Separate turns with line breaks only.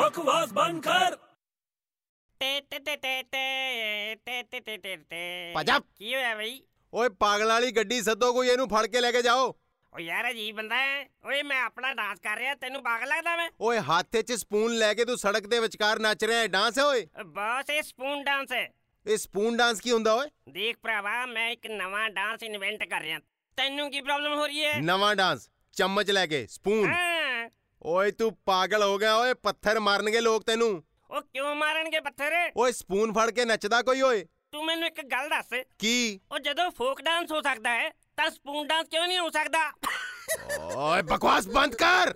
बकवास बनकर
ਤੇ ਤੇ ਤੇ ਤੇ ਤੇ ਤੇ ਤੇ ਤੇ ਤੇ ਤੇ
ਭਜਾ।
ਕੀ ਹੋਇਆ ਬਈ
ਓਏ ਪਾਗਲ ਵਾਲੀ ਗੱਡੀ ਸੱਦੋ ਕੋਈ ਇਹਨੂੰ ਫੜ ਕੇ ਲੈ ਕੇ ਜਾਓ
ਓ ਯਾਰ ਅਜੀਬ ਬੰਦਾ ਹੈ ਓਏ ਮੈਂ ਆਪਣਾ ਡਾਂਸ ਕਰ ਰਿਹਾ ਤੈਨੂੰ ਬਾਗ ਲੱਗਦਾ ਮੈਂ
ਓਏ ਹੱਥੇ 'ਚ ਸਪੂਨ ਲੈ ਕੇ ਤੂੰ ਸੜਕ ਦੇ ਵਿਚਕਾਰ ਨੱਚ ਰਿਹਾ ਹੈ ਡਾਂਸ ਹੈ ਓਏ
ਬਸ ਇਹ ਸਪੂਨ ਡਾਂਸ ਹੈ
ਇਹ ਸਪੂਨ ਡਾਂਸ ਕੀ ਹੁੰਦਾ ਓਏ
ਦੇਖ ਭਰਾਵਾ ਮੈਂ ਇੱਕ ਨਵਾਂ ਡਾਂਸ ਇਨਵੈਂਟ ਕਰ ਰਿਹਾ ਤੈਨੂੰ ਕੀ ਪ੍ਰੋਬਲਮ ਹੋ ਰਹੀ ਹੈ
ਨਵਾਂ ਡਾਂਸ ਚਮਚ ਲੈ ਕੇ ਸਪੂਨ
ਹਾਂ
ਓਏ ਤੂੰ ਪਾਗਲ ਹੋ ਗਿਆ ਓਏ ਪੱਥਰ ਮਾਰਨਗੇ ਲੋਕ ਤੈਨੂੰ
ਉਹ ਕਿਉਂ ਮਾਰਨਗੇ ਪੱਥਰ
ਓਏ ਸਪੂਨ ਫੜ ਕੇ ਨੱਚਦਾ ਕੋਈ ਓਏ
ਤੂੰ ਮੈਨੂੰ ਇੱਕ ਗੱਲ ਦੱਸ
ਕੀ
ਉਹ ਜਦੋਂ ਫੋਕ ਡਾਂਸ ਹੋ ਸਕਦਾ ਹੈ ਤਾਂ ਸਪੂਨ ਡਾਂਸ ਕਿਉਂ ਨਹੀਂ ਹੋ ਸਕਦਾ
ਓਏ ਬਕਵਾਸ ਬੰਦ ਕਰ